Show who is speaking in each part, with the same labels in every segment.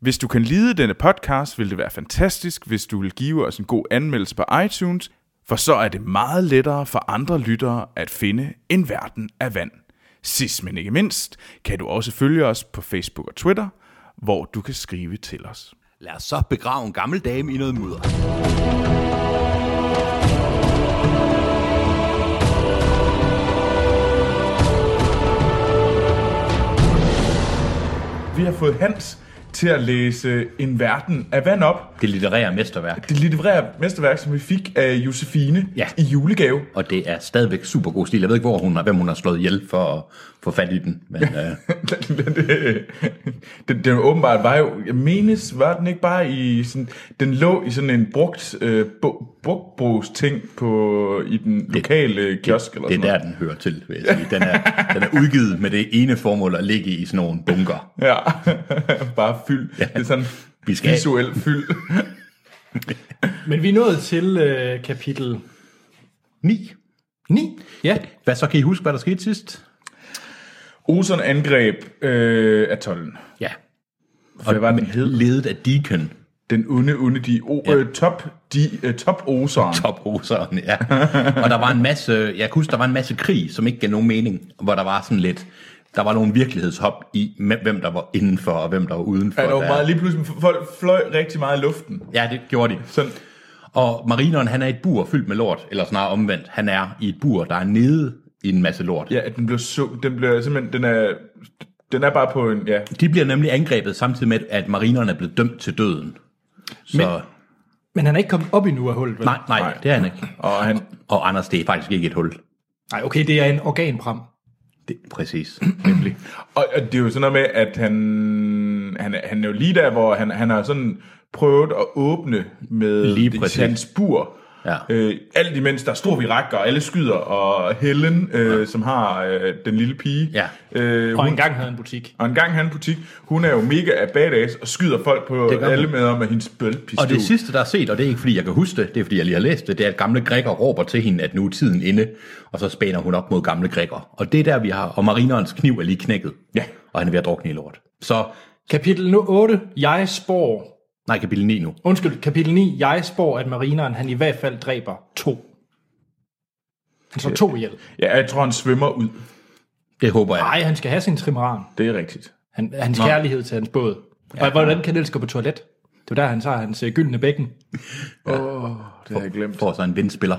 Speaker 1: Hvis du kan lide denne podcast, vil det være fantastisk, hvis du vil give os en god anmeldelse på iTunes, for så er det meget lettere for andre lyttere at finde en verden af vand. Sidst men ikke mindst, kan du også følge os på Facebook og Twitter, hvor du kan skrive til os.
Speaker 2: Lad os så begrave en gammel dame i noget mudder.
Speaker 1: Vi har fået Hans til at læse En Verden af Vand op.
Speaker 3: Det litterære mesterværk.
Speaker 1: Det litterære mesterværk, som vi fik af Josefine
Speaker 3: Ja.
Speaker 1: i julegave.
Speaker 3: Og det er stadigvæk super god stil. Jeg ved ikke, hvor hun er, hvem hun har slået ihjel for at få fat i den. Men øh,
Speaker 1: den, den åbenbart var jo, jeg menes, var den ikke bare i sådan, den lå i sådan en brugt, øh, bu- brugtbrugs ting på, i den lokale det, kiosk eller
Speaker 3: det er
Speaker 1: sådan
Speaker 3: der, den hører til, vil jeg sige. Den er, den er udgivet med det ene formål at ligge i sådan nogle bunker.
Speaker 1: noget. Ja, bare fyld. Ja. Det er sådan
Speaker 3: Vi skal-
Speaker 1: visuel fyld.
Speaker 4: Men vi er nået til øh, kapitel
Speaker 3: 9.
Speaker 4: 9.
Speaker 3: Ja. Hvad så kan I huske, hvad der skete sidst?
Speaker 1: Oson angreb øh, atollen.
Speaker 3: Ja.
Speaker 1: Hvad var den hed?
Speaker 3: Ledet af Deacon.
Speaker 1: Den onde, onde, de o, ja.
Speaker 3: Ja.
Speaker 1: øh, top, de, øh, top oseren.
Speaker 3: tophoseren, ja. og der var en masse, jeg kan huske, der var en masse krig, som ikke gav nogen mening, hvor der var sådan lidt, der var nogle virkelighedshop i, hvem- hvem der var indenfor, og hvem der var udenfor.
Speaker 1: Ja, der var
Speaker 3: Der-
Speaker 1: meget, lige pludselig folk fløj rigtig meget i luften.
Speaker 3: Ja, det gjorde de.
Speaker 1: Sådan,
Speaker 3: Og marineren, han er i et bur fyldt med lort, eller snarere omvendt. Han er i et bur, der er nede i en masse lort.
Speaker 1: ja, at den blev så, den blev simpelthen, den er, den er bare på en, ja,
Speaker 3: De bliver nemlig angrebet samtidig med, at marineren er blevet dømt til døden. Så Men,
Speaker 4: Men han er ikke kommet op endnu af hullet, vel?
Speaker 3: nej, nej, nej, det er han ikke.
Speaker 1: og han,
Speaker 3: Og Anders, det er faktisk ikke et hul.
Speaker 4: Nej, okay, det er en organpram.
Speaker 3: Det, præcis.
Speaker 1: Nemlig. Og, og det er jo sådan noget med, at han, han, er- han er jo lige der, hvor han, han har sådan prøvet at åbne med
Speaker 3: Lige præcis.
Speaker 1: hans bur.
Speaker 3: Ja.
Speaker 1: Øh, alt imens der er stor virak, og alle skyder, og Helen, øh, som har øh, den lille pige,
Speaker 3: Ja.
Speaker 1: øh,
Speaker 4: Og
Speaker 1: hun,
Speaker 4: engang havde en butik.
Speaker 1: og en gang han butik, hun er jo mega af badass, og skyder folk på
Speaker 3: Det gør hun.
Speaker 1: alle med med hendes bølpistol.
Speaker 3: Og det sidste, der er set, og det er ikke fordi, jeg kan huske det, det er fordi, jeg lige har læst det, det er, at gamle Grækker råber til hende, at nu er tiden inde, og så spænder hun op mod gamle Grækker. Og det er der, vi har, og marinerens kniv er lige knækket.
Speaker 1: Ja.
Speaker 3: Og han er ved at drukne i lort. Så,
Speaker 4: Kapitel nu 8. Jeg spår...
Speaker 3: nej, kapitel 9 nu.
Speaker 4: Undskyld, kapitel 9. Jeg spår, at marineren han i hvert fald dræber to. Han slår to ihjel.
Speaker 1: Ja, jeg tror, han svømmer ud.
Speaker 3: Det håber jeg.
Speaker 4: Nej, han skal have sin trimaran.
Speaker 1: Det er rigtigt.
Speaker 4: Han, hans Nå. kærlighed til hans båd. Og hvordan kan Niels gå på toilet? Det er der, han tager hans øh, gyldne bækken.
Speaker 1: Det har jeg glemt.
Speaker 3: Får så en vindspiller.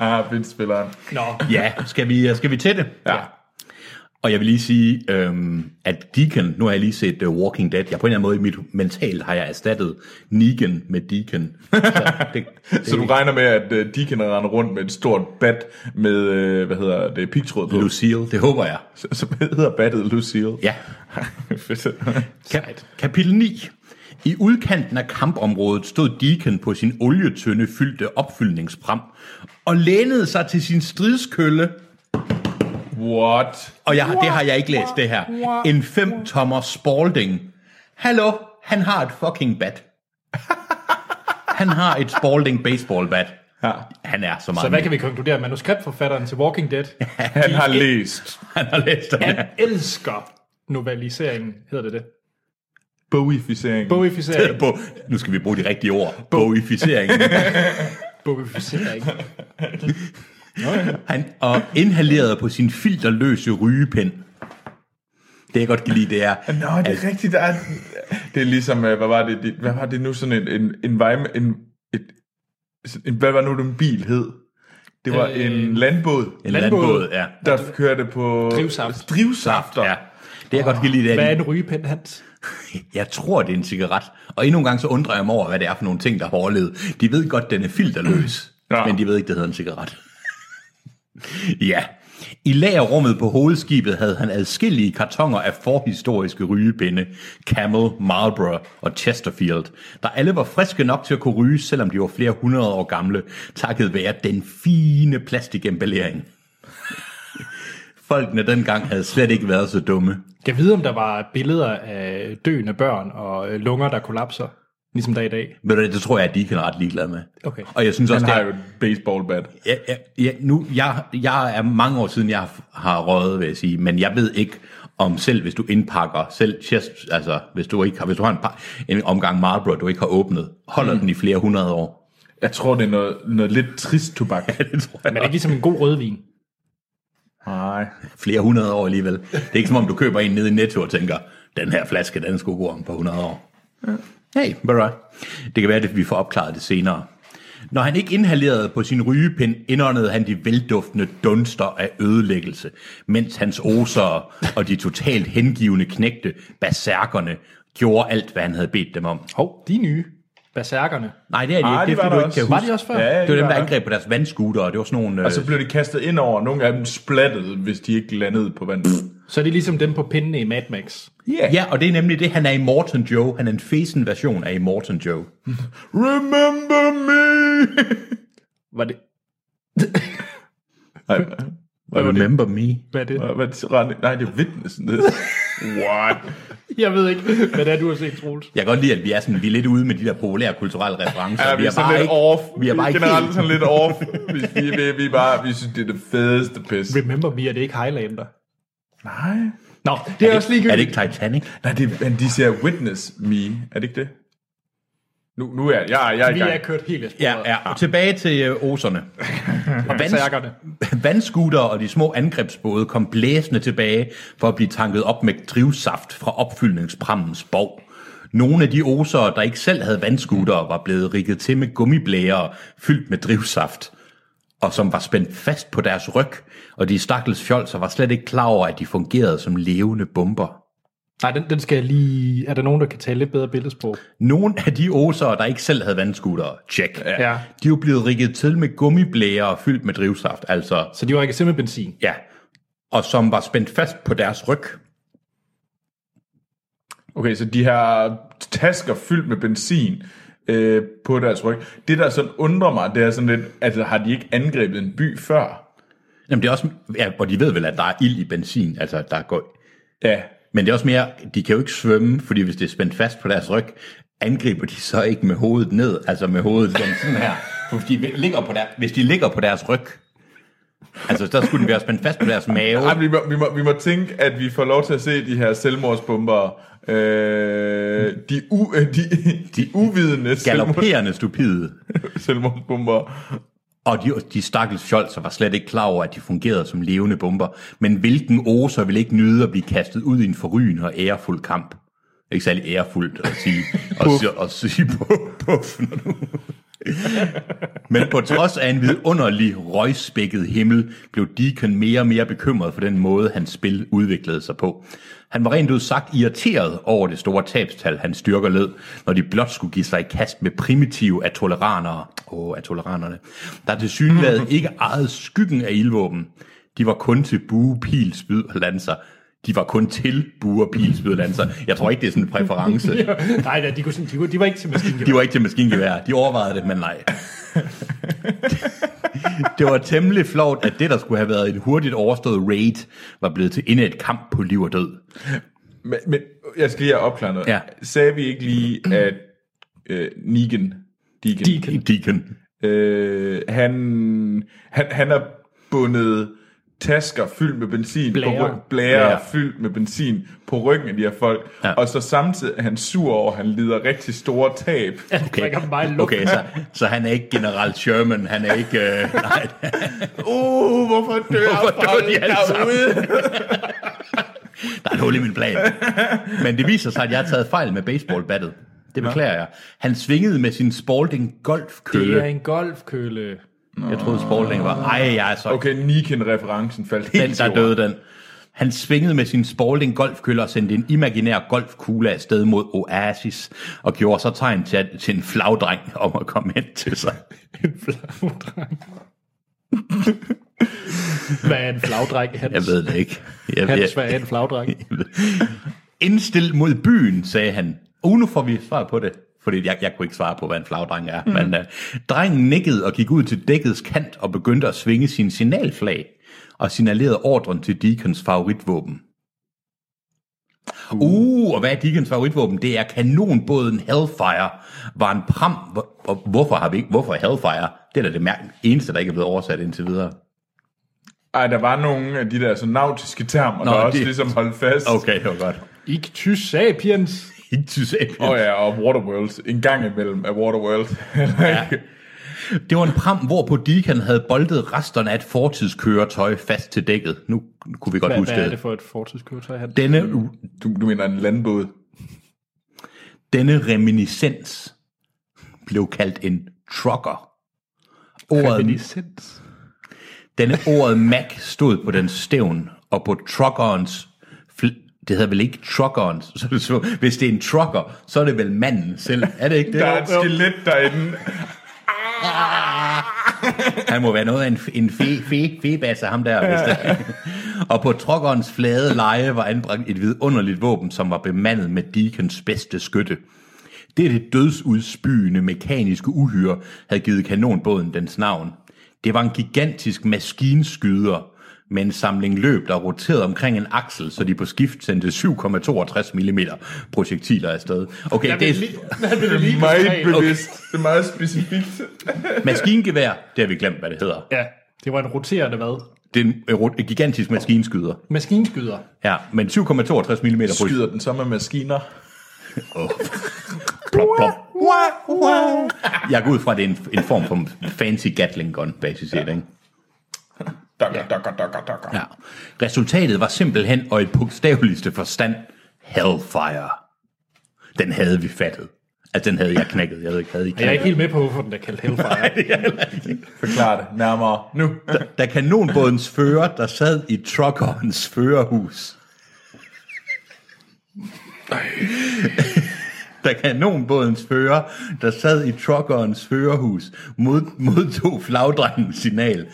Speaker 1: Ah, vindspilleren.
Speaker 4: Nå,
Speaker 3: Ja, skal vi, øh, skal vi til det?
Speaker 1: Ja.
Speaker 3: Og jeg vil lige sige, øhm, at Deacon, nu har jeg lige set uh, Walking Dead, jeg på en eller anden måde i mit mental har jeg erstattet Negan med Deacon. Så, det, det,
Speaker 1: Så du regner med, at øh, de kan rende rundt med et stort bat med, øh, hvad hedder det, pigtråd på?
Speaker 3: Lucille, det håber jeg.
Speaker 1: Så, så hedder battet Lucille.
Speaker 3: Ja.
Speaker 1: Fedt.
Speaker 3: Ka- kapitel 9. I udkanten af kampområdet stod Deacon på sin olietønde fyldte opfyldningspram og lænede sig til sin stridskølle.
Speaker 1: What?
Speaker 3: Og jeg, det har jeg ikke læst, det her. En 5-tommer Spalding. Hallo, han har et fucking bat. Han har et Spalding baseball bat.
Speaker 1: Ja.
Speaker 3: Han er så meget.
Speaker 4: så hvad kan vi konkludere? Manuskriptforfatteren til Walking Dead
Speaker 1: Han har læst
Speaker 3: Han har læst den her.
Speaker 4: Han elsker noveliseringen, hedder det det.
Speaker 1: bowificering.
Speaker 4: Boificering.
Speaker 3: Bo- Nu skal vi bruge de rigtige ord. Boificeringen.
Speaker 4: Boificering.
Speaker 3: Han og inhalerede på sin filterløse rygepind. Det jeg godt kan lide, det er...
Speaker 1: Ah, Nå, det
Speaker 3: Altså-
Speaker 1: er rigtigt. Der er, det er ligesom, øh, hvad var det, det hvad var det nu sådan en, en, en, vej, en, et, en hvad var nu den bil hed? Det var øh, en landbåd,
Speaker 3: En
Speaker 4: Landbåd.
Speaker 3: landbåd, ja.
Speaker 1: der kørte på
Speaker 4: Drivsaft.
Speaker 1: drivsafter.
Speaker 3: ja. Det jeg godt kan lide, det
Speaker 4: Hvad
Speaker 3: er,
Speaker 4: er
Speaker 3: at
Speaker 4: en rygepind, Hans?
Speaker 3: jeg tror, det er en cigaret. Og endnu en gang så undrer jeg mig over, hvad det er for nogle ting, der har overlevet. De ved godt, den er filterløs,
Speaker 1: Ja.
Speaker 3: men de ved ikke, det hedder en cigaret. ja. I lagerrummet på hovedskibet havde han adskillige kartonger af forhistoriske rygepinde, Camel, Marlboro og Chesterfield, der alle var friske nok til at kunne ryge, selvom de var flere hundrede år gamle, takket være den fine plastikemballering. Folkene dengang havde slet ikke været så dumme.
Speaker 4: Kan vide, om der var billeder af døende børn og øh, lunger, der kollapser, ligesom der er i dag.
Speaker 3: Ved du, hvad, det tror jeg, at de er ret ligeglade med.
Speaker 4: Okay.
Speaker 3: Og jeg synes også,
Speaker 1: Han
Speaker 3: det
Speaker 1: har
Speaker 3: er,
Speaker 1: jo et baseballbat.
Speaker 3: Ja, ja, ja, nu, jeg, jeg er mange år siden, jeg har, har røget, vil jeg sige, men jeg ved ikke, om selv hvis du indpakker, selv chest, altså hvis du, ikke har, hvis du har en, par, en omgang Marlboro, du ikke har åbnet, holder mm. den i flere hundrede år.
Speaker 1: Jeg tror, det er noget, noget lidt trist tobak.
Speaker 3: Det tror jeg
Speaker 4: Men det er ikke ligesom en god rødvin.
Speaker 1: Nej.
Speaker 3: flere hundrede år alligevel. Det er ikke som om, du køber en nede i Netto og tænker, den her flaske, den skulle gå om på 100 år. Hey, ved du hvad? Det kan være, at vi får opklaret det senere. Når han ikke inhalerede på sin rygepind, indåndede han de velduftende dunster af ødelæggelse, mens hans osere og de totalt hengivende knægte, baserkerne, gjorde alt, hvad han havde bedt dem om.
Speaker 4: Hov, de er nye. Berserkerne.
Speaker 3: Nej, det er Ah, de
Speaker 1: Ej,
Speaker 3: ikke.
Speaker 1: de
Speaker 3: Det er,
Speaker 1: var der
Speaker 3: fordi du ikke
Speaker 1: også.
Speaker 3: kan huske.
Speaker 4: Var de også før?
Speaker 1: Ja,
Speaker 3: Det var dem, der
Speaker 1: ja.
Speaker 3: angreb på deres vandskuter, og det var sådan nogle...
Speaker 1: Og så
Speaker 3: øh,
Speaker 1: blev de kastet ind over. Nogle af dem splattede, hvis de ikke landede på vandet.
Speaker 4: Så er det ligesom dem på pindene i Mad Max.
Speaker 1: Yeah.
Speaker 3: Ja, og det er nemlig det, han er i Morton Joe. Han er en fesen version af i Morton Joe.
Speaker 1: Remember me!
Speaker 4: Var det,
Speaker 1: Nej,
Speaker 3: Remember me.
Speaker 4: hvad er det?
Speaker 1: hvad- hvad- Rane- nej, det er Witnessen. Det er- What?
Speaker 4: Jeg ved ikke, hvad det er, du har set, Troels.
Speaker 3: Jeg kan godt lide, at vi er, sådan, vi er lidt ude med de der populære kulturelle referencer.
Speaker 1: Ja, vi er sådan lidt off.
Speaker 3: Vi er bare ikke
Speaker 1: generelt
Speaker 3: helt-
Speaker 1: sådan lidt off. Vi, vi, vi, vi, er bare, vi synes, det er det fedeste pis.
Speaker 4: Remember me, er det ikke Highlander?
Speaker 1: Nej.
Speaker 4: Nå, det er, er også
Speaker 3: Er
Speaker 4: ligegyldigt.
Speaker 3: det ikke Titanic?
Speaker 1: Nej, det, er- men de siger witness me. Er det ikke det? Nu, nu er jeg, jeg, er- jeg er i
Speaker 4: Vi
Speaker 1: gang.
Speaker 4: er kørt helt af
Speaker 3: Ja,
Speaker 4: sporet.
Speaker 3: ja. Og tilbage til øh, oserne. Og vands,
Speaker 4: Berserkerne.
Speaker 3: vandskuter og de små angrebsbåde kom blæsende tilbage for at blive tanket op med drivsaft fra opfyldningsprammens borg. Nogle af de osere, der ikke selv havde vandskuter, var blevet rigget til med gummiblæger fyldt med drivsaft. og som var spændt fast på deres ryg, og de stakkels fjolser var slet ikke klar over, at de fungerede som levende bomber.
Speaker 4: Nej, den, den skal jeg lige... Er der nogen, der kan tale lidt bedre billedsprog?
Speaker 3: Nogle af de osere, der ikke selv havde vandskutere, tjek, ja.
Speaker 4: Ja.
Speaker 3: de er jo blevet rigget til med gummiblæger og fyldt med drivsaft, altså
Speaker 4: Så de var ikke simpelthen benzin.
Speaker 3: ja, og som var spændt fast på deres ryg.
Speaker 1: Okay, så de her tasker fyldt med benzin øh, på deres ryg. Det, der sådan undrer mig, det er sådan lidt, altså har de ikke angrebet en by før?
Speaker 3: Jamen det er også, ja, og de ved vel, at der er ild i benzin, altså der går,
Speaker 1: Ja.
Speaker 3: men det er også mere, de kan jo ikke svømme, fordi hvis det er spændt fast på deres ryg, angriber de så ikke med hovedet ned, altså med hovedet sådan sådan her. Hvis de ligger på, der, hvis de ligger på deres ryg, altså der skulle den være spændt fast på deres mave.
Speaker 1: Ej, vi, må, vi, må, vi må tænke, at vi får lov til at se de her selvmordsbomber. Øh, de, u, øh, de, de uvidende selvmord,
Speaker 3: Galopperende stupide.
Speaker 1: selvmordsbomber.
Speaker 3: Og de, de stakkels fjolser var slet ikke klar over, at de fungerede som levende bomber. Men hvilken oser ville ikke nyde at blive kastet ud i en forrygende og ærefuld kamp? Ikke særlig ærefuldt at sige, at sige, at sige på, puff, når du... Men på trods af en vidunderlig røgspækket himmel, blev Deacon mere og mere bekymret for den måde, hans spil udviklede sig på. Han var rent ud sagt irriteret over det store tabstal, hans styrker led, når de blot skulle give sig i kast med primitive atoleranere, åh, atoleranerne, der til synligheden ikke ejede skyggen af ildvåben. De var kun til bue, pil, spyd og lanser. De var kun til bue, pil, spyd og lanser. Jeg tror ikke, det er sådan en præference.
Speaker 4: Nej, nej, de, kunne, sådan- de, kunne, de var ikke til maskingevær.
Speaker 3: De var ikke til maskingevær. De overvejede det, men nej. det var temmelig flot, at det, der skulle have været et hurtigt overstået raid, var blevet til endnu et kamp på liv og død.
Speaker 1: Men, men jeg skal lige have opklaret noget.
Speaker 3: Ja.
Speaker 1: Sagde vi ikke lige, at øh, Negan, Deacon,
Speaker 3: I Deacon.
Speaker 1: Øh, han, han, han er bundet tasker fyldt med benzin
Speaker 4: Blære.
Speaker 1: på ryggen, blære
Speaker 3: Ja.
Speaker 1: fyldt med benzin på ryggen af de her folk,
Speaker 3: Ja.
Speaker 1: ja. og så samtidig er han sur over, at han lider rigtig store tab.
Speaker 4: Okay. Jeg meget luft.
Speaker 3: Okay, så, så han er ikke general Sherman, han er ikke... Øh, nej,
Speaker 1: Uh, hvorfor dør
Speaker 3: Hvorfor dør de alle sammen?
Speaker 1: derude?
Speaker 3: der er et hul i min plan. Men det viser sig, at jeg har taget fejl med baseballbattet. Det beklager jeg. Han svingede med sin Spalding golfkølle.
Speaker 4: Det er en golfkølle.
Speaker 3: Jeg troede, Spalding var... Ej, jeg er så
Speaker 1: Okay, Niken-referencen faldt
Speaker 3: den,
Speaker 1: helt
Speaker 3: der døde den. Han svingede med sin Spalding golfkølle og sendte en imaginær golfkugle afsted mod Oasis, og gjorde så tegn til, at, til en flagdreng om at komme hen til sig.
Speaker 4: En flagdreng. Hvad er en flagdræk? Hans,
Speaker 3: Jeg ved det ikke. Jeg,
Speaker 4: Hans, hvad er en flagdræk?
Speaker 3: Indstil mod byen, sagde han. Og nu får vi svar på det. Fordi jeg, jeg kunne ikke svare på, hvad en flagdreng er. Mm. Men uh, drengen nikkede og gik ud til dækkets kant og begyndte at svinge sin signalflag og signalerede ordren til Deacons favoritvåben. Uh. uh, og hvad er Deacons favoritvåben? Det er kanonbåden Hellfire. Var en pram... Hvor, hvor- hvorfor har vi ikke... Hvorfor Hellfire? Det er da det mær- eneste, der ikke er blevet oversat indtil videre.
Speaker 1: Ej, der var nogle af de der så nautiske termer, Nå, der
Speaker 3: det-
Speaker 1: også ligesom holdt fast.
Speaker 3: Okay, det var godt.
Speaker 4: Ik ty sapiens.
Speaker 3: Ikke til sapiens.
Speaker 1: Og ja, og Waterworld. En gang imellem af Waterworld. ja.
Speaker 3: Det var en pram, hvorpå Deacon havde boldet resterne af et fortidskøretøj fast til dækket. Nu kunne vi godt
Speaker 4: Hvad,
Speaker 3: huske
Speaker 4: hvad er det
Speaker 3: det.
Speaker 4: for et fortidskøretøj, han?
Speaker 3: Denne,
Speaker 1: Du, du mener en landbåd.
Speaker 3: denne reminiscens blev kaldt en trucker. Ordet,
Speaker 4: Reminiscens.
Speaker 3: denne ordet Mac stod på den stævn, og på truckerens... Fl- det hedder vel ikke truckerens? Så, så, hvis det er en trucker, så er det vel manden selv. Er det ikke det?
Speaker 1: Der er et skelet derinde.
Speaker 3: Han må være noget af en, en fe, fe, febasse, ham der. Hvis der. og på trokkerens flade leje var anbragt et vidunderligt våben, som var bemandet med Deacons bedste skytte. Dette dødsudspyende mekaniske uhyre havde givet kanonbåden dens navn. Det var en gigantisk maskinskyder med en samling løb, der roterede omkring en aksel, så de på skift sendte 7,62 mm projektiler afsted. Okay, det er...
Speaker 1: Det er meget bevidst. Det er meget specifikt.
Speaker 3: Maskingevær, det har vi glemt, hvad det hedder.
Speaker 4: Ja, det var en roterende hvad?
Speaker 3: Det er en, en rot- en gigantisk maskinskyder.
Speaker 4: Maskinskyder.
Speaker 3: Ja, men 7,62 mm på
Speaker 1: Skyder den så med maskiner.
Speaker 3: plop, plop. Jeg går ud fra, at det er en, en form for fancy Gatling gun, basis set, ikke?
Speaker 1: Dukker, dukker, dukker, dukker.
Speaker 3: Ja. Resultatet var simpelthen, og i bogstaveligste forstand, Hellfire. Den havde vi fattet. Altså, den havde jeg knækket. Jeg ved ikke, havde I
Speaker 4: Jeg er
Speaker 3: knækket?
Speaker 4: ikke helt med på, hvorfor den er kaldt Hellfire.
Speaker 1: Forklar det nærmere nu.
Speaker 3: Da kanonbådens fører, der sad i truckerens førerhus. Da kanonbådens fører, der sad i truckerens førerhus, mod, modtog flagdrengens signal,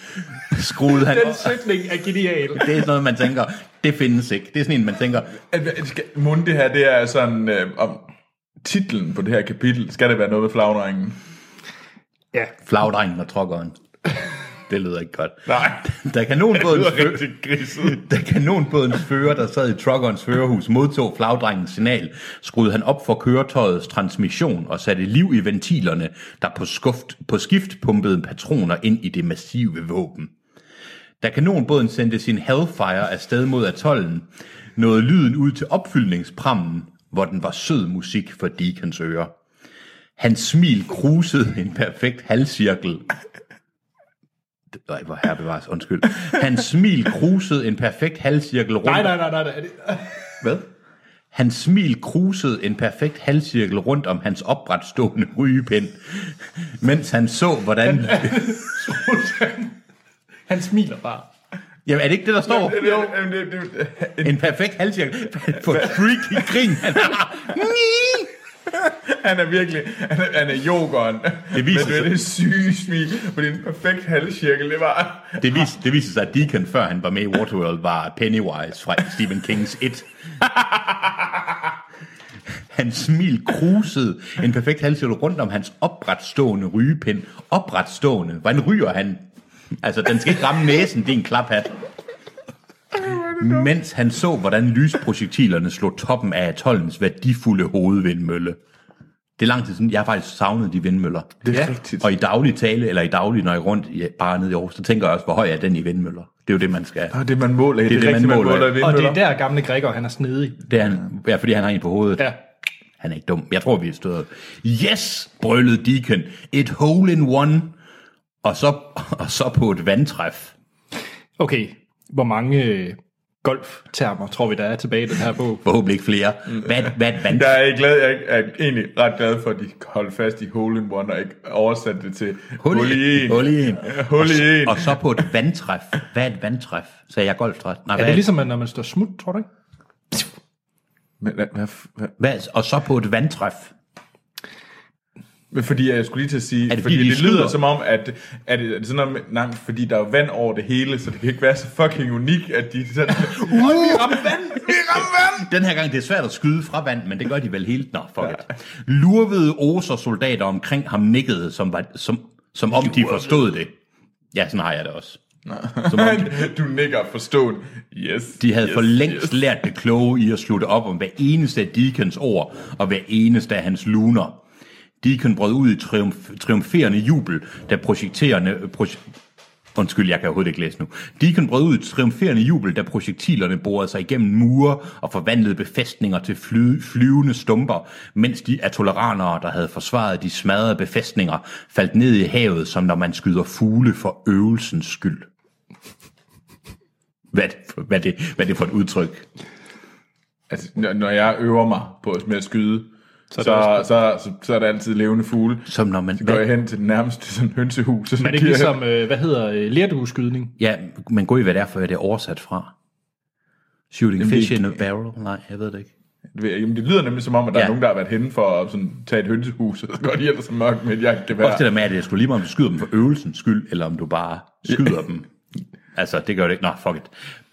Speaker 3: skruede han...
Speaker 4: den sætning er genial.
Speaker 3: Det er sådan noget, man tænker, det findes ikke. Det er sådan en, man tænker,
Speaker 1: At- at- skal- Mund, det her, det er sådan... Øh, om titlen på det her kapitel, skal det være noget med flagdrengen?
Speaker 4: Ja,
Speaker 3: flagdrengen og truckeren. Det lyder ikke godt.
Speaker 1: Nej.
Speaker 3: Da kanonbådens,
Speaker 1: Det lyder
Speaker 3: fø-
Speaker 1: rigtig griset.
Speaker 3: da kanonbådens fører, der sad i truckerens førerhus, modtog flagdrengens signal, skruede han op for køretøjets transmission og satte liv i ventilerne, der på, skuft, på skift pumpede patroner ind i det massive våben. Da kanonbåden sendte sin Hellfire afsted mod atollen, nåede lyden ud til opfyldningsprammen, hvor den var sød musik for Deacons ører. Hans smil krusede en perfekt halvcirkel. Nej, hvor herre bevares, undskyld. Hans smil krusede en perfekt halvcirkel rundt.
Speaker 4: nej, nej, nej, nej. nej.
Speaker 3: Hvad? Hans smil krusede en perfekt halvcirkel rundt om hans opretstående rygepind, mens han så, hvordan...
Speaker 4: Han smiler bare.
Speaker 3: Jamen, er det ikke det, der står?
Speaker 1: Det, det, det, det, det,
Speaker 3: En perfekt halvcirkel. For freaky grin, han har. Ni!
Speaker 1: Han er virkelig, han er, han er yogeren.
Speaker 3: Det viser
Speaker 1: Men det er
Speaker 3: sig.
Speaker 1: det syge smil, for det er en perfekt halvcirkel, det var...
Speaker 3: Det, vis, det viser sig, at Deacon, før han var med i Waterworld, var Pennywise fra Stephen Kings 1. Hans smil krusede en perfekt halvcirkel rundt om hans opretstående rygepind. Opretstående. Hvordan ryger han? Altså, den skal ikke ramme næsen, det er en klaphat. Mens han så, hvordan lysprojektilerne slog toppen af atollens værdifulde hovedvindmølle. Det er lang tid siden, jeg har faktisk savnet de vindmøller.
Speaker 1: Det er Ja. rigtigt.
Speaker 3: Og i daglig tale, eller i daglig, når jeg er rundt i, bare nede i Aarhus, så tænker jeg også, hvor høj er den i vindmøller. Det er jo det, man skal.
Speaker 1: Og det, man måler i, det,
Speaker 3: er det, man måler i.
Speaker 1: i
Speaker 4: Og det
Speaker 1: vindmøller.
Speaker 4: er der gamle Gregor, han er snedig.
Speaker 3: Det er han, ja, fordi han har en på hovedet.
Speaker 4: Ja.
Speaker 3: Han er ikke dum. Jeg tror, vi er stået. Yes, brølede Deacon. Et hole in one. Og så, og så på et vandtræf.
Speaker 4: Okay, hvor mange øh, golftermer tror vi, der er tilbage i den her bog?
Speaker 3: Forhåbentlig ikke flere. Hvad, hvad, vand,
Speaker 1: Jeg er, ikke glad, jeg er egentlig ret glad for, at de holdt fast i hole in one, og ikke oversatte det til hul, i en.
Speaker 3: Hul i en.
Speaker 1: Hul i en.
Speaker 3: Og så på et vandtræf. Hvad er et vandtræf? Sagde jeg golftræf? Nej,
Speaker 4: Er
Speaker 3: hvad,
Speaker 4: det ligesom, at når man står smut, tror du ikke?
Speaker 1: Men, hvad, hvad, hvad,
Speaker 3: hvad, og så på et vandtræf.
Speaker 1: Men fordi jeg skulle lige til at sige,
Speaker 3: det,
Speaker 1: det, fordi
Speaker 3: fordi de
Speaker 1: det lyder
Speaker 3: skyder?
Speaker 1: som om, at, at det, er det sådan noget med, nej, men fordi der er jo vand over det hele, så det kan ikke være så fucking unik, at de sådan, uh, vi rammer vand, vi rammer vand!
Speaker 3: Den her gang, det er svært at skyde fra vand, men det gør de vel helt. Nå, fuck it. Lurvede oser soldater omkring ham nikkede, som, var, som, som om de forstod det. Ja, sådan har jeg det også. Som om
Speaker 1: Du nikker forstået. Yes.
Speaker 3: de havde
Speaker 1: yes,
Speaker 3: for længst lært det kloge i at slutte op om hver eneste af Deacons ord og hver eneste af hans luner. Deacon brød ud i triumf, triumferende jubel, da projekterende... Proj- Undskyld, jeg kan overhovedet ikke læse nu. Deacon brød ud i triumferende jubel, da projektilerne borede sig igennem mure og forvandlede befæstninger til fly, flyvende stumper, mens de atoleranere, der havde forsvaret de smadrede befæstninger, faldt ned i havet, som når man skyder fugle for øvelsens skyld. Hvad, er det for- hvad, er det, hvad er det for et udtryk?
Speaker 1: Altså, når- når jeg øver mig på at- med at skyde, så,
Speaker 4: det
Speaker 1: så, så, så, så er der altid levende fugle.
Speaker 3: Som når man...
Speaker 1: Så går jeg hen til den nærmeste sådan, hønsehus, og så
Speaker 4: Men det er
Speaker 1: giver
Speaker 4: ikke
Speaker 1: jeg-
Speaker 4: ligesom, øh, hvad hedder øh, lerdueskydning?
Speaker 3: Ja, men gå i, hvad det er, for hvad det er oversat fra. Shooting
Speaker 1: Jamen,
Speaker 3: fish
Speaker 1: det-
Speaker 3: in a barrel? Nej, jeg ved det ikke.
Speaker 1: Det ved jeg ikke, men det lyder nemlig som om, at der ja.
Speaker 3: Ja.
Speaker 1: er nogen, der har været henne for at sådan, tage et hønsehus, og så går de ellers så mørkt med et
Speaker 3: Ja. Også det
Speaker 1: jagtgevær.
Speaker 3: der med, at jeg skulle lige meget, om du skyder dem for øvelsens skyld, eller om du bare skyder dem. Altså, det gør det ikke. Nå, fuck it.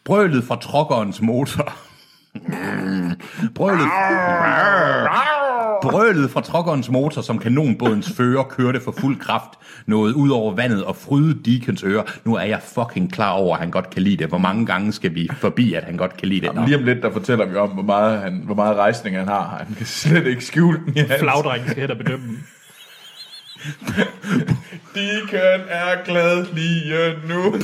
Speaker 3: Brølet fra trokkerens motor. Brølet... Brølet fra trokkerens motor, som kanonbådens fører kørte for fuld kraft, nåede ud over vandet og frydede Deacons ører. Nu er jeg fucking klar over, at han godt kan lide det. Hvor mange gange skal vi forbi, at han godt kan lide det? Nå.
Speaker 1: Lige om lidt, der fortæller vi om, hvor meget, han, hvor meget rejsning han har. Han kan slet ikke skjule den. Ja.
Speaker 4: Flagdrengen skal hen og bedømme dem.
Speaker 1: Deacon er glad lige nu.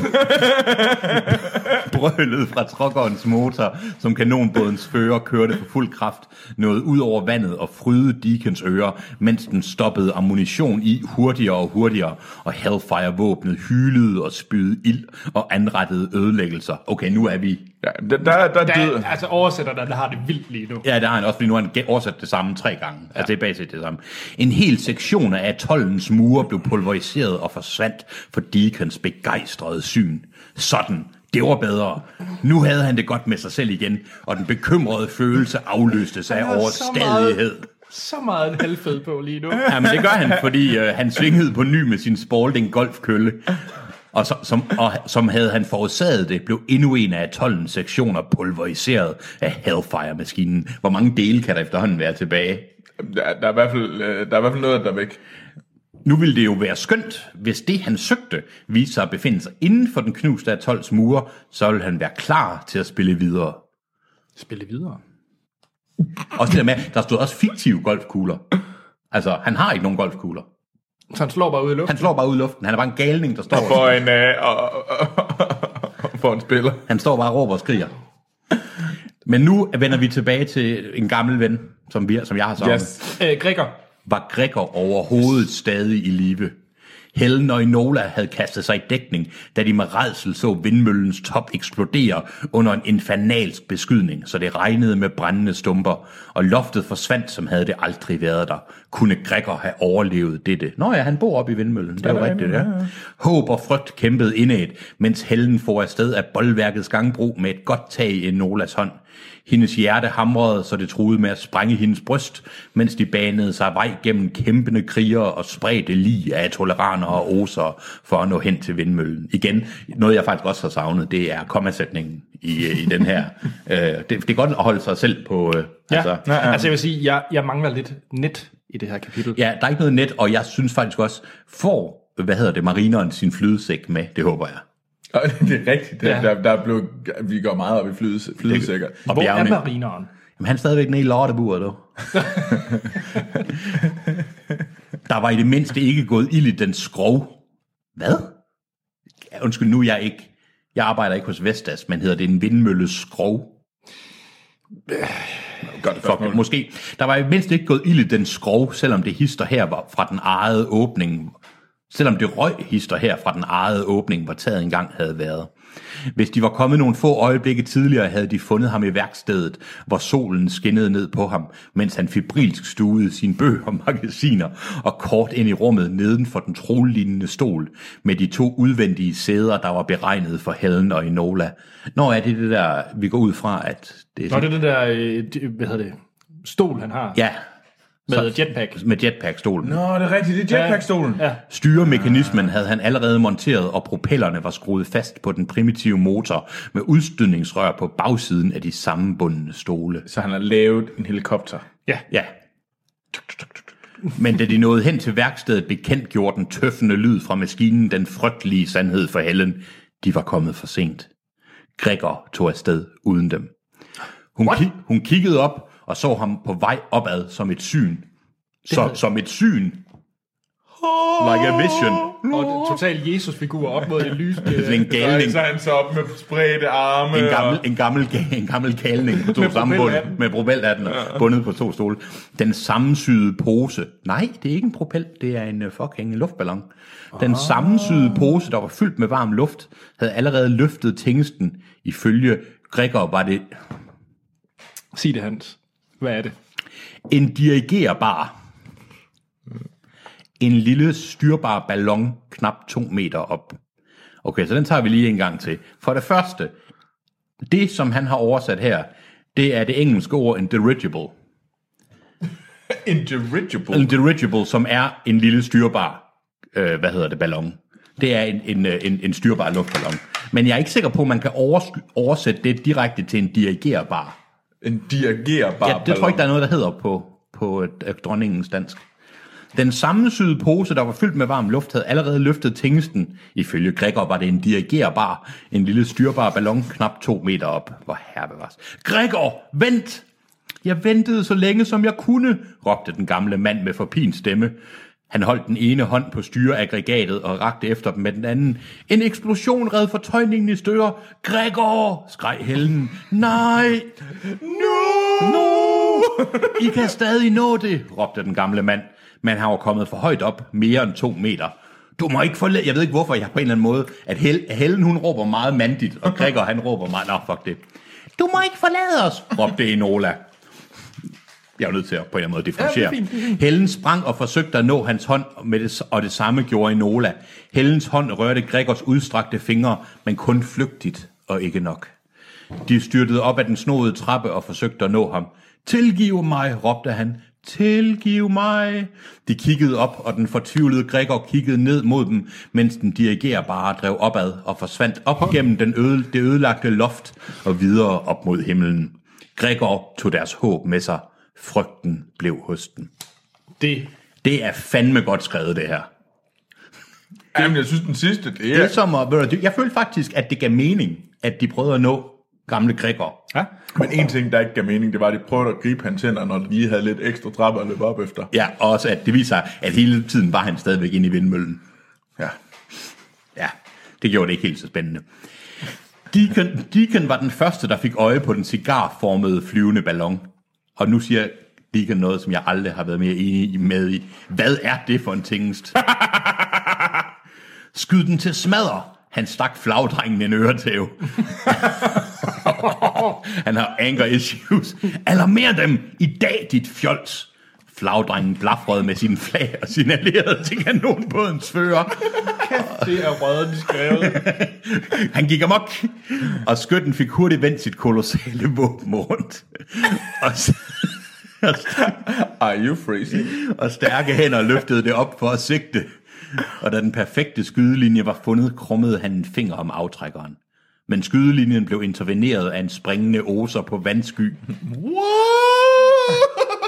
Speaker 3: brølet fra trokkerens motor, som kanonbådens fører kørte på fuld kraft, nåede ud over vandet og frydede Deacons ører, mens den stoppede ammunition i hurtigere og hurtigere, og Hellfire-våbnet hylede og spydede ild og anrettede ødelæggelser. Okay, nu er vi...
Speaker 1: Ja, der, der, der, døde.
Speaker 4: Der, altså oversætterne, der har det vildt lige nu.
Speaker 3: Ja, det har han også, fordi nu har han gen- oversat det samme tre gange. Altså, det er basisk det samme. En hel sektion af atollens mure blev pulveriseret og forsvandt for Deacons begejstrede syn. Sådan. Det var bedre. Nu havde han det godt med sig selv igen, og den bekymrede følelse afløstes af
Speaker 4: Han har så meget-
Speaker 3: overstadighed.
Speaker 4: Så meget en halvfed på lige nu.
Speaker 3: Ja, men det gør han, fordi øh, han svingede på ny med sin Spalding golfkølle. Og, så, som, og som havde han forårsaget det, blev endnu en af atollens sektioner pulveriseret af Hellfire-maskinen. Hvor mange dele kan der efterhånden være tilbage?
Speaker 1: Der, der, er i hvert fald, øh, der er i hvert fald noget, der er væk.
Speaker 3: Nu ville det jo være skønt, hvis det han søgte viste sig at befinde sig inden for den knuste atols mure, så ville han være klar til at spille videre.
Speaker 4: Spille videre.
Speaker 3: Også det der med, der stod også fiktive golfkugler. Altså, han har ikke nogen golfkugler.
Speaker 4: Så han slår bare ud i luften.
Speaker 3: Han slår bare ud i luften. Han er bare en galning, der står og,
Speaker 1: For en, øh, og, og, og, for en spiller.
Speaker 3: han står bare og råber og skriger. Men nu vender vi tilbage til en gammel ven, som, vi, som jeg har sammen.
Speaker 1: Yes.
Speaker 4: Øh, Grækker.
Speaker 3: var Gregor overhovedet stadig i live. Helen og Enola havde kastet sig i dækning, da de med redsel så vindmøllens top eksplodere under en infernalsk beskydning, så det regnede med brændende stumper, og loftet forsvandt, som havde det aldrig været der. Kunne Gregor have overlevet dette? Nå ja, han bor oppe i vindmøllen, det er jo rigtigt, ja. Håb og frygt kæmpede indad, mens Helen får afsted af boldværkets gangbro med et godt tag i Enolas hånd. Hendes hjerte hamrede, så det truede med at sprænge hendes bryst, mens de banede sig vej gennem kæmpende krigere og spredte lig af toleraner og oser for at nå hen til vindmøllen. Igen, noget jeg faktisk også har savnet, det er kommasætningen i, øh, i den her. øh, det, det er godt at holde sig selv på... Øh,
Speaker 4: Ja.
Speaker 3: altså,
Speaker 4: Altså, ja, ja. altså jeg vil sige, jeg, jeg mangler lidt net i det her kapitel.
Speaker 3: ja, der er ikke noget net, og jeg synes faktisk også, får, hvad hedder det, marineren sin flydesæk med, det håber jeg.
Speaker 1: Og det er rigtigt. Der,
Speaker 4: Ja.
Speaker 1: ja. der, der er blevet, vi går meget op i flydes, flydesikker.
Speaker 3: Og
Speaker 4: Hvor
Speaker 3: bjergene.
Speaker 4: er marineren?
Speaker 3: Jamen, han er stadigvæk nede i lorteburet, du. der var i det mindste ikke gået ild i den skrov. Hvad? Ja, Undskyld, nu er jeg ikke... Jeg arbejder ikke hos Vestas, men hedder det en vindmølles skrov?
Speaker 1: Godt
Speaker 3: Fuck,
Speaker 1: spørgsmål.
Speaker 3: måske. Der var i det mindste ikke gået ild i den skrov, selvom det hister her var fra den ejede åbning. Selvom det røg hister her fra den ejede åbning, hvor taget engang havde været. Hvis de var kommet nogle få øjeblikke tidligere, havde de fundet ham i værkstedet, hvor solen skinnede ned på ham, mens han febrilsk stuede sine bøger og magasiner og kort ind i rummet neden for den trollignende stol med de to udvendige sæder, der var beregnet for Helen og Enola. Når er det det der, vi går ud fra, at det er
Speaker 4: Nå, det er det der, øh, det- hvad hedder det, stol han har.
Speaker 3: Ja,
Speaker 4: Med jetpack.
Speaker 3: med jetpack-stolen.
Speaker 1: Nå, det er rigtigt. Det er jetpack-stolen.
Speaker 4: Ja.
Speaker 3: Styremekanismen havde han allerede monteret, og propellerne var skruet fast på den primitive motor med udstødningsrør på bagsiden af de sammenbundne stole.
Speaker 1: Så han har lavet en helikopter.
Speaker 4: Ja.
Speaker 3: Ja. Men da de nåede hen til værkstedet, bekendtgjorde den tøffende lyd fra maskinen den frygtelige sandhed for Helen. De var kommet for sent. Gregor tog afsted uden dem. Hun, ki- hun kiggede op og så ham på vej opad som et syn. Så, som et syn. Like a vision.
Speaker 4: Og det- total Jesus-figur op mod det lyse. øh,
Speaker 3: Sådan en galning.
Speaker 1: Så er han så op med spredte arme.
Speaker 3: En
Speaker 1: og-
Speaker 3: gammel, en gammel, ga- en gammel kalning på to sammenbundet, med propelhatten og bundet på to stole. Den sammensyede pose. Nej, det er ikke en propel, det er en øh, fucking luftballon. Den sammensyede pose, der var fyldt med varm luft, havde allerede løftet tingsten. Ifølge Gregor var det
Speaker 4: Sig det, Hans. Hvad er det?
Speaker 3: en dirigerbar. En lille styrbar ballon, knap to meter op. Okay, så den tager vi lige en gang til. For det første, det som han har oversat her, det er det engelske ord en dirigible.
Speaker 1: En dirigible.
Speaker 3: En dirigible, som er en lille styrbar, øh, hvad hedder det, ballon. Det er en, en, øh, en, en styrbar luftballon. Men jeg er ikke sikker på, at man kan overs- oversætte det direkte til en dirigerbar.
Speaker 1: En dirigerbar
Speaker 3: Ja, det tror jeg ikke, der er noget, der hedder på, på øh, dronningens dansk. Den sammensyede pose, der var fyldt med varm luft, havde allerede løftet tingsten. Ifølge Gregor var det en dirigerbar, en lille styrbar ballon knap to meter op. Hvor herre bevares. Gregor, vent! Jeg ventede så længe, som jeg kunne, råbte den gamle mand med forpin stemme. Han holdt den ene hånd på styreaggregatet og rakte efter dem med den anden. En eksplosion red fortøjningen i stykker. Gregor, skreg Helen. Nej, nu! I kan stadig nå det, råbte den gamle mand. Men han var kommet for højt op, mere end to meter. Du må ikke forlade... Jeg ved ikke, hvorfor jeg på en eller anden måde... At Hel- Helen, hun råber meget mandigt, og Gregor, han råber meget... Nå, fuck det. Du må ikke forlade os, råbte Enola. Jeg er nødt til at på en eller anden måde differentiere. Ja, Helen sprang og forsøgte at nå hans hånd, med det, og det samme gjorde Enola. Helens hånd rørte Gregors udstrakte fingre, men kun flygtigt og ikke nok. De styrtede op ad den snodede trappe og forsøgte at nå ham. Tilgiv mig, råbte han. Tilgiv mig. De kiggede op, og den fortvivlede Gregor kiggede ned mod dem, mens den dirigerbare drev opad og forsvandt op gennem den øde, det ødelagte loft og videre op mod himlen. Gregor tog deres håb med sig. Frygten blev hos den.
Speaker 4: Det.
Speaker 3: Det er fandme godt skrevet, det her.
Speaker 1: Jamen, jeg synes, den sidste, det
Speaker 3: Det
Speaker 1: er...
Speaker 3: er som at, ved du, jeg følte faktisk, at det gav mening, at de prøvede at nå gamle Gregor.
Speaker 4: Ja?
Speaker 1: Men en ting, der ikke gav mening, det var, at de prøvede at gribe hans hænder, når de lige havde lidt ekstra trapper at løbe op efter.
Speaker 3: Ja, og også at det viser sig, at hele tiden var han stadigvæk inde i vindmøllen.
Speaker 1: Ja.
Speaker 3: Ja, det gjorde det ikke helt så spændende. Deacon, Deacon var den første, der fik øje på den cigarformede flyvende ballon. Og nu siger Deacon noget, som jeg aldrig har været mere enig i- med i. Hvad er det for en tingest? Skyd den til smadder! Han stak flagdrengen en øretæve. Han har anger issues. Alarmer dem i dag, dit fjols! Flagdrengen blafrede med sin flag og signalerede til kanonbådens fører.
Speaker 4: Det er rødden skrevet.
Speaker 3: Han gik amok, og skytten fik hurtigt vendt sit kolossale våben rundt. Og, s- og s-
Speaker 1: Are you freezing?
Speaker 3: og stærke hænder løftede det op for at sigte. Og da den perfekte skydelinje var fundet, krummede han en finger om aftrækkeren. Men skydelinjen blev interveneret af en springende oser på vandsky.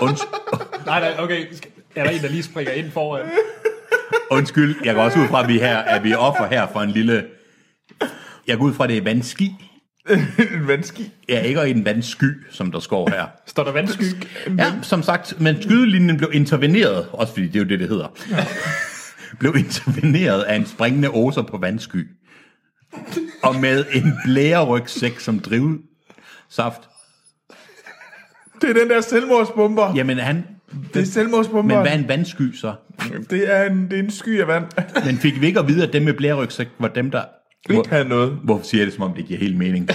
Speaker 3: Unds-
Speaker 4: Nej, nej, okay. Skal- Er der en, der lige springer ind foran?
Speaker 3: undskyld, jeg går også ud fra, at vi, her, at vi er offer her for en lille... Jeg går ud fra, at det er vandski.
Speaker 1: en vandski.
Speaker 3: Jeg er ikke en vandsky, som der står her.
Speaker 4: Står der vandsky?
Speaker 3: Ja, som sagt, men skydelinjen blev interveneret, også fordi det er jo det, det hedder, blev interveneret af en springende åser på vandsky. Og med en blærerygsæk som drivsaft.
Speaker 1: Det er den der selvmordsbomber. Ja.
Speaker 3: Jamen han...
Speaker 1: Det er
Speaker 3: Men
Speaker 1: selvmordsbomber.
Speaker 3: hvad er en vandsky så?
Speaker 1: Det er en, det er en sky af vand.
Speaker 3: Men fik vi ikke at vide, at dem med blærerygsæk var dem, der...
Speaker 1: Ikke have noget.
Speaker 3: Hvorfor siger jeg det, som om det giver helt mening?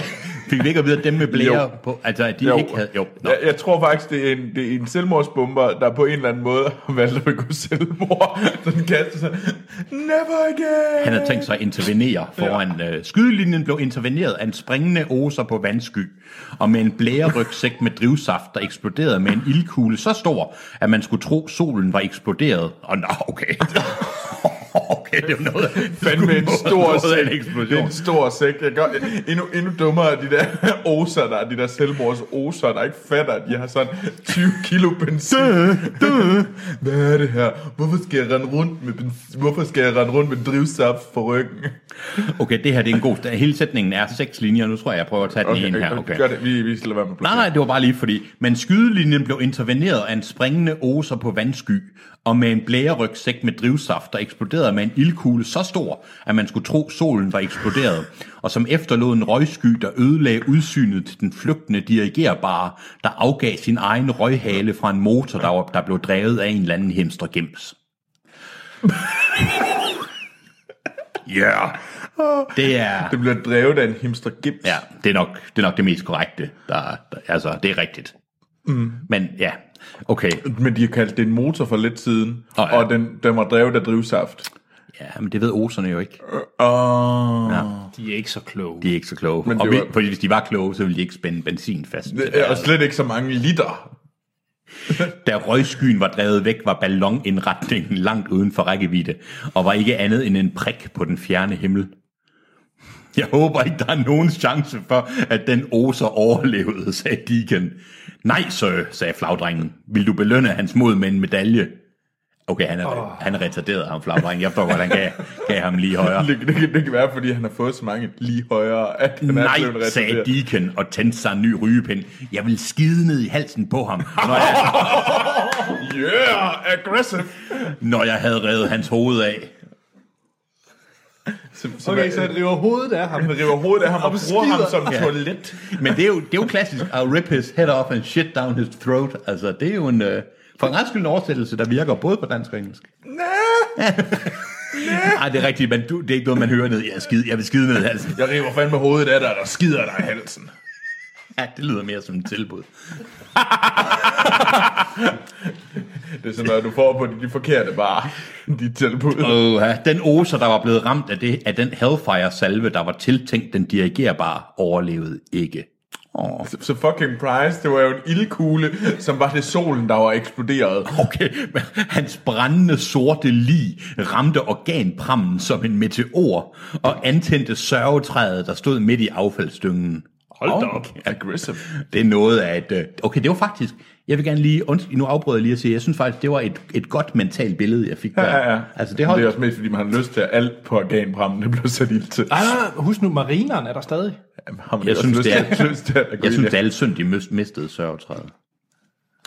Speaker 3: Fik vi ikke at vide, at dem med blære på, altså at de jo. ikke havde... Jo, nå.
Speaker 1: Jeg, jeg tror faktisk, det er, en, det er en selvmordsbomber, der på en eller anden måde har valgt at begå selvmord. Så den kaster sig. Never again!
Speaker 3: Han havde tænkt sig at intervenere foran ja. øh, skydelinjen, blev interveneret af en springende oser på vandsky, og med en blærerygsæk med drivsaft, der eksploderede med en ildkugle så stor, at man skulle tro, solen var eksploderet. Og oh, nå, okay. okay, det var noget...
Speaker 1: Fandme en stor
Speaker 3: noget af
Speaker 1: sæk.
Speaker 3: en
Speaker 1: Det er
Speaker 3: eksplosion.
Speaker 1: en stor sæk. Jeg gør, endnu, endnu dummere er de der oser der, de der selvmords oser, der ikke fatter, at de har sådan 20 kilo benzin. Hvad er det her? Hvorfor skal jeg rende rundt med, benzin? Hvorfor skal jeg rende rundt med drivsaft for ryggen?
Speaker 3: Okay, det her det er en god... Hele sætningen er seks linjer, nu tror jeg, jeg prøver at tage den ene her. Okay.
Speaker 1: Gør det. Vi, vi skal lade være med at
Speaker 3: Nej, nej, det var bare lige fordi. Men skydelinjen blev interveneret af en springende oser på vandsky, og med en blærerygsæk med drivsaft, der eksploderede med en ildkugle så stor, at man skulle tro, solen var eksploderet, og som efterlod en røgsky, der ødelagde udsynet til den flygtende dirigerbare, der afgav sin egen røghale fra en motor, der, var, der blev drevet af en eller anden hemster gems. Ja, yeah. det er...
Speaker 1: Det bliver drevet af en himster gips.
Speaker 3: Ja, det er nok det, er nok det mest korrekte. Der, der, altså, det er rigtigt. Mm. Men ja, okay.
Speaker 1: Men de har kaldt det en motor for lidt siden,
Speaker 3: Åh,
Speaker 1: oh,
Speaker 3: ja.
Speaker 1: ja. og den, den var drevet af drivsaft.
Speaker 3: Ja, men det ved oserne jo ikke.
Speaker 1: Åh.
Speaker 3: Ja,
Speaker 4: De er ikke så kloge.
Speaker 3: de er ikke så kloge.
Speaker 1: Men
Speaker 3: og
Speaker 1: det
Speaker 3: vi,
Speaker 1: var-
Speaker 3: fordi hvis de var kloge, så ville de ikke spænde benzin fast. til
Speaker 1: Ja. Og
Speaker 3: vejret.
Speaker 1: slet ikke så mange liter.
Speaker 3: Da røgskyen var drevet væk, var ballonindretningen langt uden for rækkevidde, og var ikke andet end en prik på den fjerne himmel. Jeg håber ikke, der er nogen chance for, at den oser overlevede, sagde Deacon. Nej, sir, sagde flagdrengen. Vil du belønne hans mod med en medalje? Okay, han er, oh. han er retarderet, ham flagdrengen. Jeg forstår godt, han gav, gav ham lige højere.
Speaker 1: Det, det, kan, det kan være, fordi han har fået så mange lige højere, at han er blevet
Speaker 3: Nej, sagde
Speaker 1: retarderet.
Speaker 3: Deacon og tændte sig en ny rygepind. Jeg vil skide ned i halsen på ham, når jeg,
Speaker 1: Yeah, aggressive.
Speaker 3: når jeg havde revet hans hoved af.
Speaker 1: Så, så,
Speaker 4: Okay, så han river hovedet af ham.
Speaker 1: han river hovedet af ham og bruger ham som
Speaker 3: Ja.
Speaker 1: toilet.
Speaker 3: Men det er, jo, det er jo klassisk, I'll rip his head off and shit down his throat. Altså, det er jo en, øh, for en ret skyld en oversættelse, der virker både på dansk og engelsk. Nej, nah. det er rigtigt, men du, det er ikke noget, man hører ned. i. Jeg, skid, jeg vil skide ned altså. i halsen.
Speaker 1: Jeg river fandme hovedet af dig, der skider dig i halsen.
Speaker 3: Ja, det lyder mere som et tilbud.
Speaker 1: Det er sådan noget, du får på de, de forkerte bare. De tilbud.
Speaker 3: Oh, ja. Den oser, der var blevet ramt af, det, af den Hellfire-salve, der var tiltænkt den dirigerbare, overlevede ikke. Oh.
Speaker 1: Så fucking price, det var jo en ildkugle, som var det solen, der var eksploderet.
Speaker 3: Okay, men hans brændende sorte lig ramte organprammen som en meteor og antændte sørgetræet, der stod midt i affaldsdyngen.
Speaker 1: Hold da op. Aggressive.
Speaker 3: Det er noget af et... øh, Okay, det var faktisk... Jeg vil gerne lige... Und, nu afbryder jeg lige at sige, jeg synes faktisk, det var et, et godt mentalt billede, jeg fik der.
Speaker 1: Ja, ja.
Speaker 3: Altså, det
Speaker 1: det er
Speaker 3: holdt...
Speaker 1: også mest, fordi man har lyst til, at alt på organbrammen det blev sat ild til.
Speaker 4: Nej, nej, nej, husk nu, marineren er der stadig.
Speaker 1: Jamen, har man
Speaker 3: Jeg
Speaker 1: ikke
Speaker 3: synes,
Speaker 1: også
Speaker 3: det
Speaker 1: lyst
Speaker 3: er-
Speaker 1: til, lyst til at gå
Speaker 3: Jeg
Speaker 1: i
Speaker 3: synes,
Speaker 1: det?
Speaker 3: alle synd, de mis- mistede sørgetræet.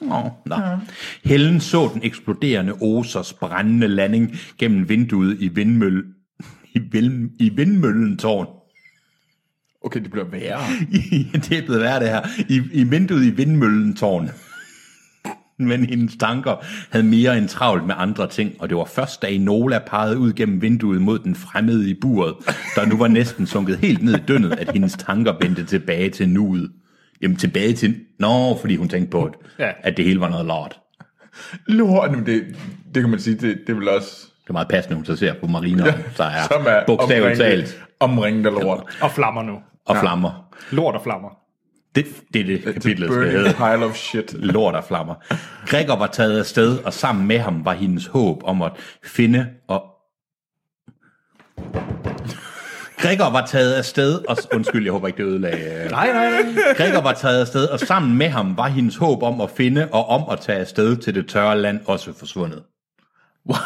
Speaker 3: Nå, nå. Ja. Helen så den eksploderende osers brændende landing gennem vinduet i vindmølle... I, vind, i vindmøllentårn.
Speaker 1: Okay, det bliver værre.
Speaker 3: I- det er blevet værd det her, i, i vinduet i vindmøllen tårn. Men hendes tanker havde mere end travlt med andre ting, og det var først, da Enola pegede ud gennem vinduet mod den fremmede i buret, der nu var næsten sunket helt ned i dyndet, at hendes tanker vendte tilbage til nuet. Jamen tilbage til... Nå, fordi hun tænkte på, at,
Speaker 4: Ja.
Speaker 3: at det hele var noget lort.
Speaker 1: Lort, jamen det, det kan man sige, det, det vil også...
Speaker 3: Det er meget passende, hun så ser på marineren, der er,
Speaker 1: Som er
Speaker 3: bogstaveligt
Speaker 1: omringet-
Speaker 3: talt
Speaker 1: Omringet af lort.
Speaker 4: Og flammer nu.
Speaker 3: og flammer.
Speaker 4: Lort og flammer.
Speaker 3: Det, det er det,
Speaker 1: Øh, Til
Speaker 3: kapitlet skal
Speaker 1: burning
Speaker 3: hedde.
Speaker 1: pile of shit.
Speaker 3: lort og flammer. Gregor var taget afsted, og sammen med ham var hendes håb om at finde og... Gregor var taget afsted, og... Undskyld, jeg håber ikke, det ødelagde... øh.
Speaker 4: Nej, nej, nej.
Speaker 3: Gregor var taget afsted, og sammen med ham var hendes håb om at finde og om at tage afsted til det tørre land også forsvundet. Wow.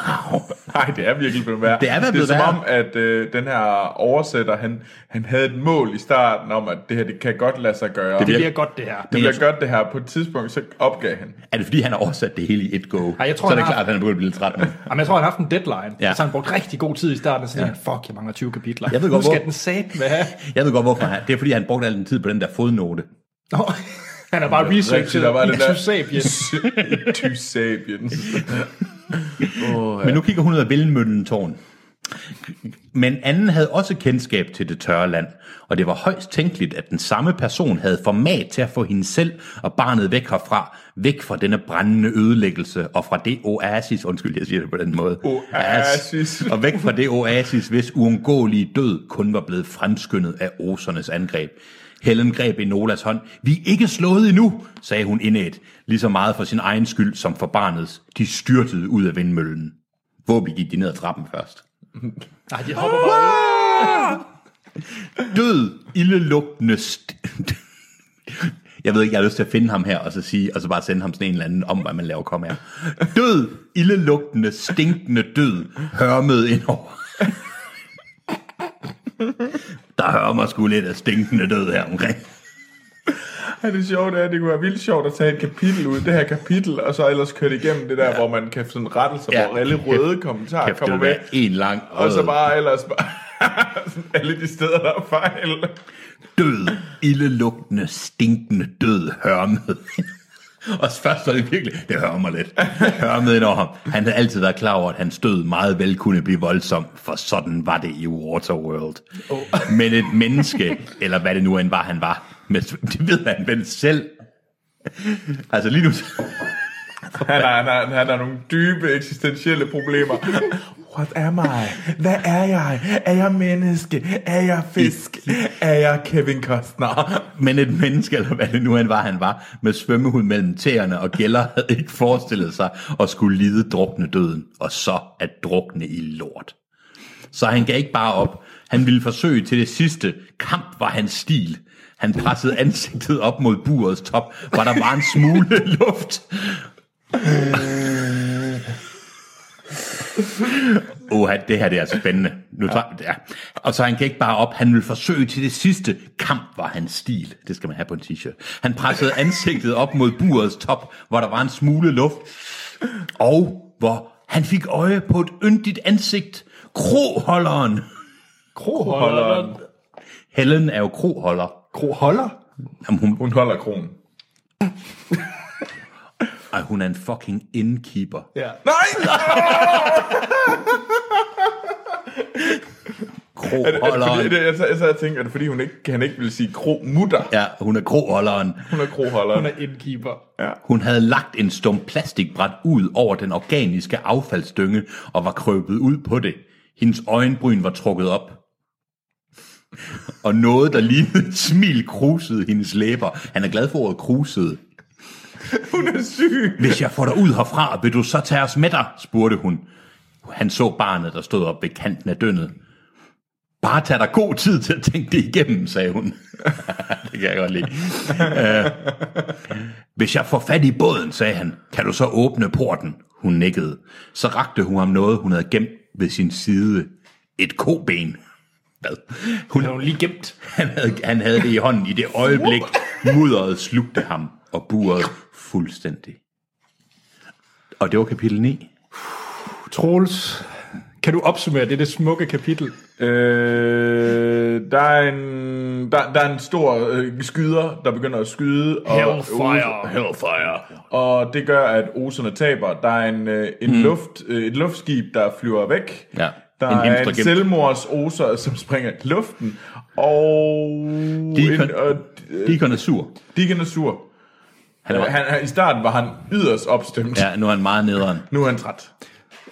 Speaker 1: Nej, det er virkelig blevet værre.
Speaker 3: Det er blevet
Speaker 1: det er som
Speaker 3: værre.
Speaker 1: om, at øh, den her oversætter, han, han havde et mål i starten om, at det her det kan godt lade sig gøre. Det
Speaker 4: Det bliver godt, det her.
Speaker 1: det bliver godt det her. På et tidspunkt, så opgav han.
Speaker 3: Er det fordi, han har oversat det hele i et go?
Speaker 4: Ej, jeg tror,
Speaker 3: så er det
Speaker 4: han har-
Speaker 3: klart, at han er begyndt at blive lidt træt nu.
Speaker 4: Jamen, jeg tror, han har haft en deadline.
Speaker 3: Ja.
Speaker 4: Ja. Så han brugte rigtig god tid i starten, og så tænkte han, fuck, jeg mangler 20 kapitler.
Speaker 3: Jeg ved godt,
Speaker 4: nu skal
Speaker 3: hvor-
Speaker 4: den sat med have.
Speaker 3: Jeg ved godt, hvorfor han... Det er fordi, han brugte al den tid på den der fodnote.
Speaker 4: Nå, han har bare researchet
Speaker 1: der var det der-
Speaker 4: Jesus Sapiens.
Speaker 1: Ty Sapiens.
Speaker 3: Men nu kigger hun ud af vindmøllen tårn. Men anden havde også kendskab til det tørre land, og det var højst tænkeligt, at den samme person havde format til at få hende selv og barnet væk herfra, væk fra denne brændende ødelæggelse og fra det oasis, undskyld, jeg siger det på den måde.
Speaker 1: Oasis.
Speaker 3: Og væk fra det oasis, hvis uundgåelige død kun var blevet fremskyndet af osernes angreb. Helen greb i Nolas hånd. Vi er ikke slået endnu, sagde hun indædt, lige så meget for sin egen skyld som for barnets. De styrtede ud af vindmøllen. Våben gik de ned ad trappen først.
Speaker 4: Nej, de hopper bare.
Speaker 3: død, ildelugtende st- Jeg ved ikke, jeg har lyst til at finde ham her, og så, sige, og så bare sende ham sådan en eller anden om, hvad man laver kom her. Død, ildelugtende, stinkende død, hørmede indover. Der hørmer sgu lidt af stinkende død her omkring.
Speaker 1: Ja, det sjove er, at det kunne være vildt sjovt at tage et kapitel ud, det her kapitel, og så ellers køre det igennem det der, ja. hvor man kan sådan rette sig,
Speaker 3: Ja.
Speaker 1: ja. hvor alle røde kommentarer
Speaker 3: Kæft, det
Speaker 1: kommer
Speaker 3: vil
Speaker 1: med.
Speaker 3: være en lang
Speaker 1: Og så bare ellers bare sådan alle de steder, der er fejl.
Speaker 3: død, ildelugtende, stinkende død hørmede. Og først var det virkelig, det hørmer lidt, hørmede ind over ham. Han havde altid været klar over, at hans død meget vel kunne blive voldsom, for sådan var det i Waterworld. Oh. Men et menneske, eller hvad det nu end var, han var, men det ved han vel selv. Altså lige nu,
Speaker 1: Han har, han, har, han har nogle dybe eksistentielle problemer. What am I? Hvad er jeg? Er jeg menneske? Er jeg fisk? Er jeg Kevin Costner?
Speaker 3: men et menneske, eller hvad det nu end var, han var, med svømmehud mellem tæerne og gælder, havde ikke forestillet sig at skulle lide drukne døden, og så at drukne i lort. Så han gav ikke bare op. Han ville forsøge til det sidste. Kamp var hans stil. Han pressede ansigtet op mod burets top, hvor der var en smule luft. Åh, det her det er altså spændende. Nu tager, ja. Og så han gik bare op. Han ville forsøge til det sidste. Kamp var hans stil. Det skal man have på en t-shirt. Han pressede ansigtet op mod burets top, hvor der var en smule luft. Og hvor han fik øje på et yndigt ansigt. Kroholderen.
Speaker 1: Holder.
Speaker 3: Helen er jo kroholder.
Speaker 4: Kro holder.
Speaker 3: Jamen, hun,
Speaker 1: Hun holder kronen.
Speaker 3: ej, hun er en fucking innkeeper.
Speaker 4: Ja.
Speaker 1: Nej! Fordi,
Speaker 3: Kroholderen.
Speaker 1: det, jeg, så, jeg, så, jeg tænkte, er det fordi, hun ikke, han ikke ville sige kro mutter?
Speaker 3: Ja, hun er kroholderen.
Speaker 1: Hun er
Speaker 4: Hun
Speaker 1: kroholderen.
Speaker 4: er indkeeper.
Speaker 3: Hun havde lagt en stum plastikbræt ud over den organiske affaldsdynge og var krøbet ud på det. Hendes øjenbryn var trukket op. Og noget, der lignede et smil, krusede hendes læber. Han er glad for ordet krusede.
Speaker 1: Hun er syg.
Speaker 3: Hvis jeg får dig ud herfra, vil du så tage os med dig? spurgte hun. Han så barnet, der stod op ved kanten af dønnet. Bare tag dig god tid til at tænke det igennem, sagde hun. det kan jeg godt lide. Øh, Hvis jeg får fat i båden, sagde han, kan du så åbne porten? Hun nikkede. Så rakte hun ham noget, hun havde gemt ved sin side. Et koben. Hvad? Hun,
Speaker 4: Er hun lige gemt?
Speaker 3: han havde, han havde det i hånden i det øjeblik, mudderet slugte ham og buret fuldstændig. Og det var kapitel 9.
Speaker 4: Troels, kan du opsummere det, det smukke kapitel?
Speaker 1: Øh, der, er en, der, der er en stor øh, skyder, der begynder at skyde. Og,
Speaker 3: Hellfire.
Speaker 1: Og det gør, at oserne taber. Der er en, øh, en mm. luft, øh, et luftskib, der flyver væk.
Speaker 3: Hmm. Ja,
Speaker 1: Der
Speaker 3: en
Speaker 1: en er
Speaker 3: himster
Speaker 1: en
Speaker 3: gemt.
Speaker 1: selvmordsoser, som springer i luften. Og...
Speaker 3: Deacon.
Speaker 1: en, og øh,
Speaker 3: Deacon er sur.
Speaker 1: Deacon er sur.
Speaker 3: Han er,
Speaker 1: Han, han, I starten var han yderst opstemt. Ja.
Speaker 3: ja, nu er han meget nederen.
Speaker 1: Nu er han træt.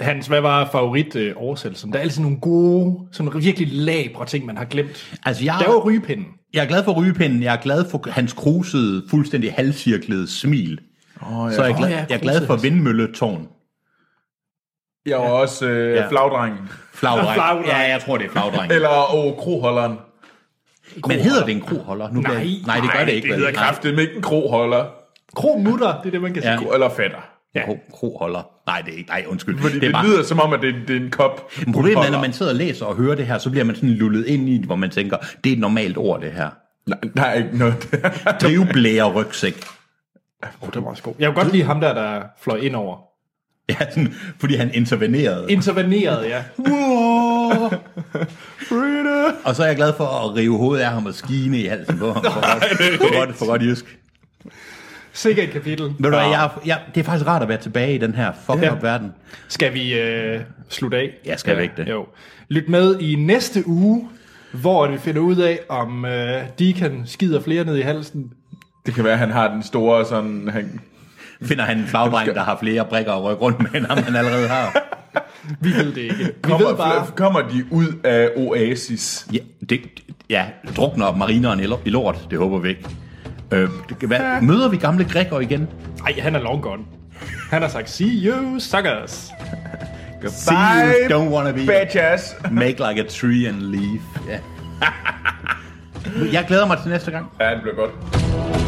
Speaker 4: Hans, hvad var favorit øh, oversættelsen? Der er altid nogle gode, sådan virkelig labre ting, man har glemt.
Speaker 3: Altså, jeg,
Speaker 4: Der var rygepinden.
Speaker 3: jeg er glad for rygepinden. Jeg er glad for hans krusede, fuldstændig halvcirklede smil. Oh, ja. Så er jeg, glad,
Speaker 4: Åh, ja,
Speaker 3: jeg er glad for
Speaker 4: krusede.
Speaker 3: vindmølletårn.
Speaker 1: Jeg var også øh,
Speaker 3: Ja.
Speaker 1: ja. flagdrengen.
Speaker 3: Flagdreng.
Speaker 4: Flagdreng.
Speaker 3: Ja, jeg tror, det er flagdreng.
Speaker 1: Eller åh, kroholderen.
Speaker 3: Men hedder det en kroholder? Nu bliver-
Speaker 4: Nej,
Speaker 3: nej, det gør
Speaker 4: nej,
Speaker 3: det ikke.
Speaker 1: Det
Speaker 3: vel?
Speaker 1: hedder
Speaker 3: Nej.
Speaker 1: kraftigt ikke en kroholder.
Speaker 4: Kromutter, det er det, man kan
Speaker 3: Ja.
Speaker 4: ja.
Speaker 1: Kro- Eller fætter.
Speaker 3: Ja. Kro, kroholder. Nej, det er ikke. Nej, undskyld.
Speaker 1: Fordi det, det
Speaker 3: bare-
Speaker 1: lyder som om, at det, det er en kop.
Speaker 3: Problemet er,
Speaker 1: Holder.
Speaker 3: når man sidder og læser og hører det her, så bliver man sådan lullet ind i det, hvor man tænker, det er et normalt ord, det her.
Speaker 1: Nej, der er ikke noget.
Speaker 3: Drivblære rygsæk.
Speaker 4: Oh, det var også god. Jeg kunne godt lide ham der, der fløj ind over.
Speaker 3: Ja, sådan, fordi han intervenerede.
Speaker 4: Interveneret, ja.
Speaker 3: Og så er jeg glad for at rive hovedet af ham og skine i halsen på ham. For godt, for godt, for godt jysk.
Speaker 4: Sikkert et kapitel.
Speaker 3: Ved du hvad, jeg, jeg, det er faktisk rart at være tilbage i den her fucked
Speaker 4: Ja.
Speaker 3: up verden.
Speaker 4: Skal vi øh, slutte af?
Speaker 3: Jeg skal væk det.
Speaker 4: Jo. Lyt med i næste uge, hvor vi finder ud af, om øh, Deacon skider flere ned i halsen.
Speaker 1: Det kan være, at han har den store sådan... Han,
Speaker 3: Finder han en flagdreng, der har flere brikker at rykke rundt med, end ham han allerede har.
Speaker 4: Vi ved det ikke. Vi
Speaker 1: kommer,
Speaker 4: ved bare,
Speaker 1: fl- kommer de ud af oasis?
Speaker 3: Ja, det, ja drukner marineren i lo- i lort, det håber vi ikke. Øh, det kan være- møder vi gamle Gregor igen?
Speaker 4: nej, han er long gone. Han har sagt, see you suckers.
Speaker 3: See you, don't wanna be
Speaker 1: Bitches!
Speaker 3: Make like a tree and leave. Ja. Jeg glæder mig til næste gang.
Speaker 1: Ja, det bliver godt.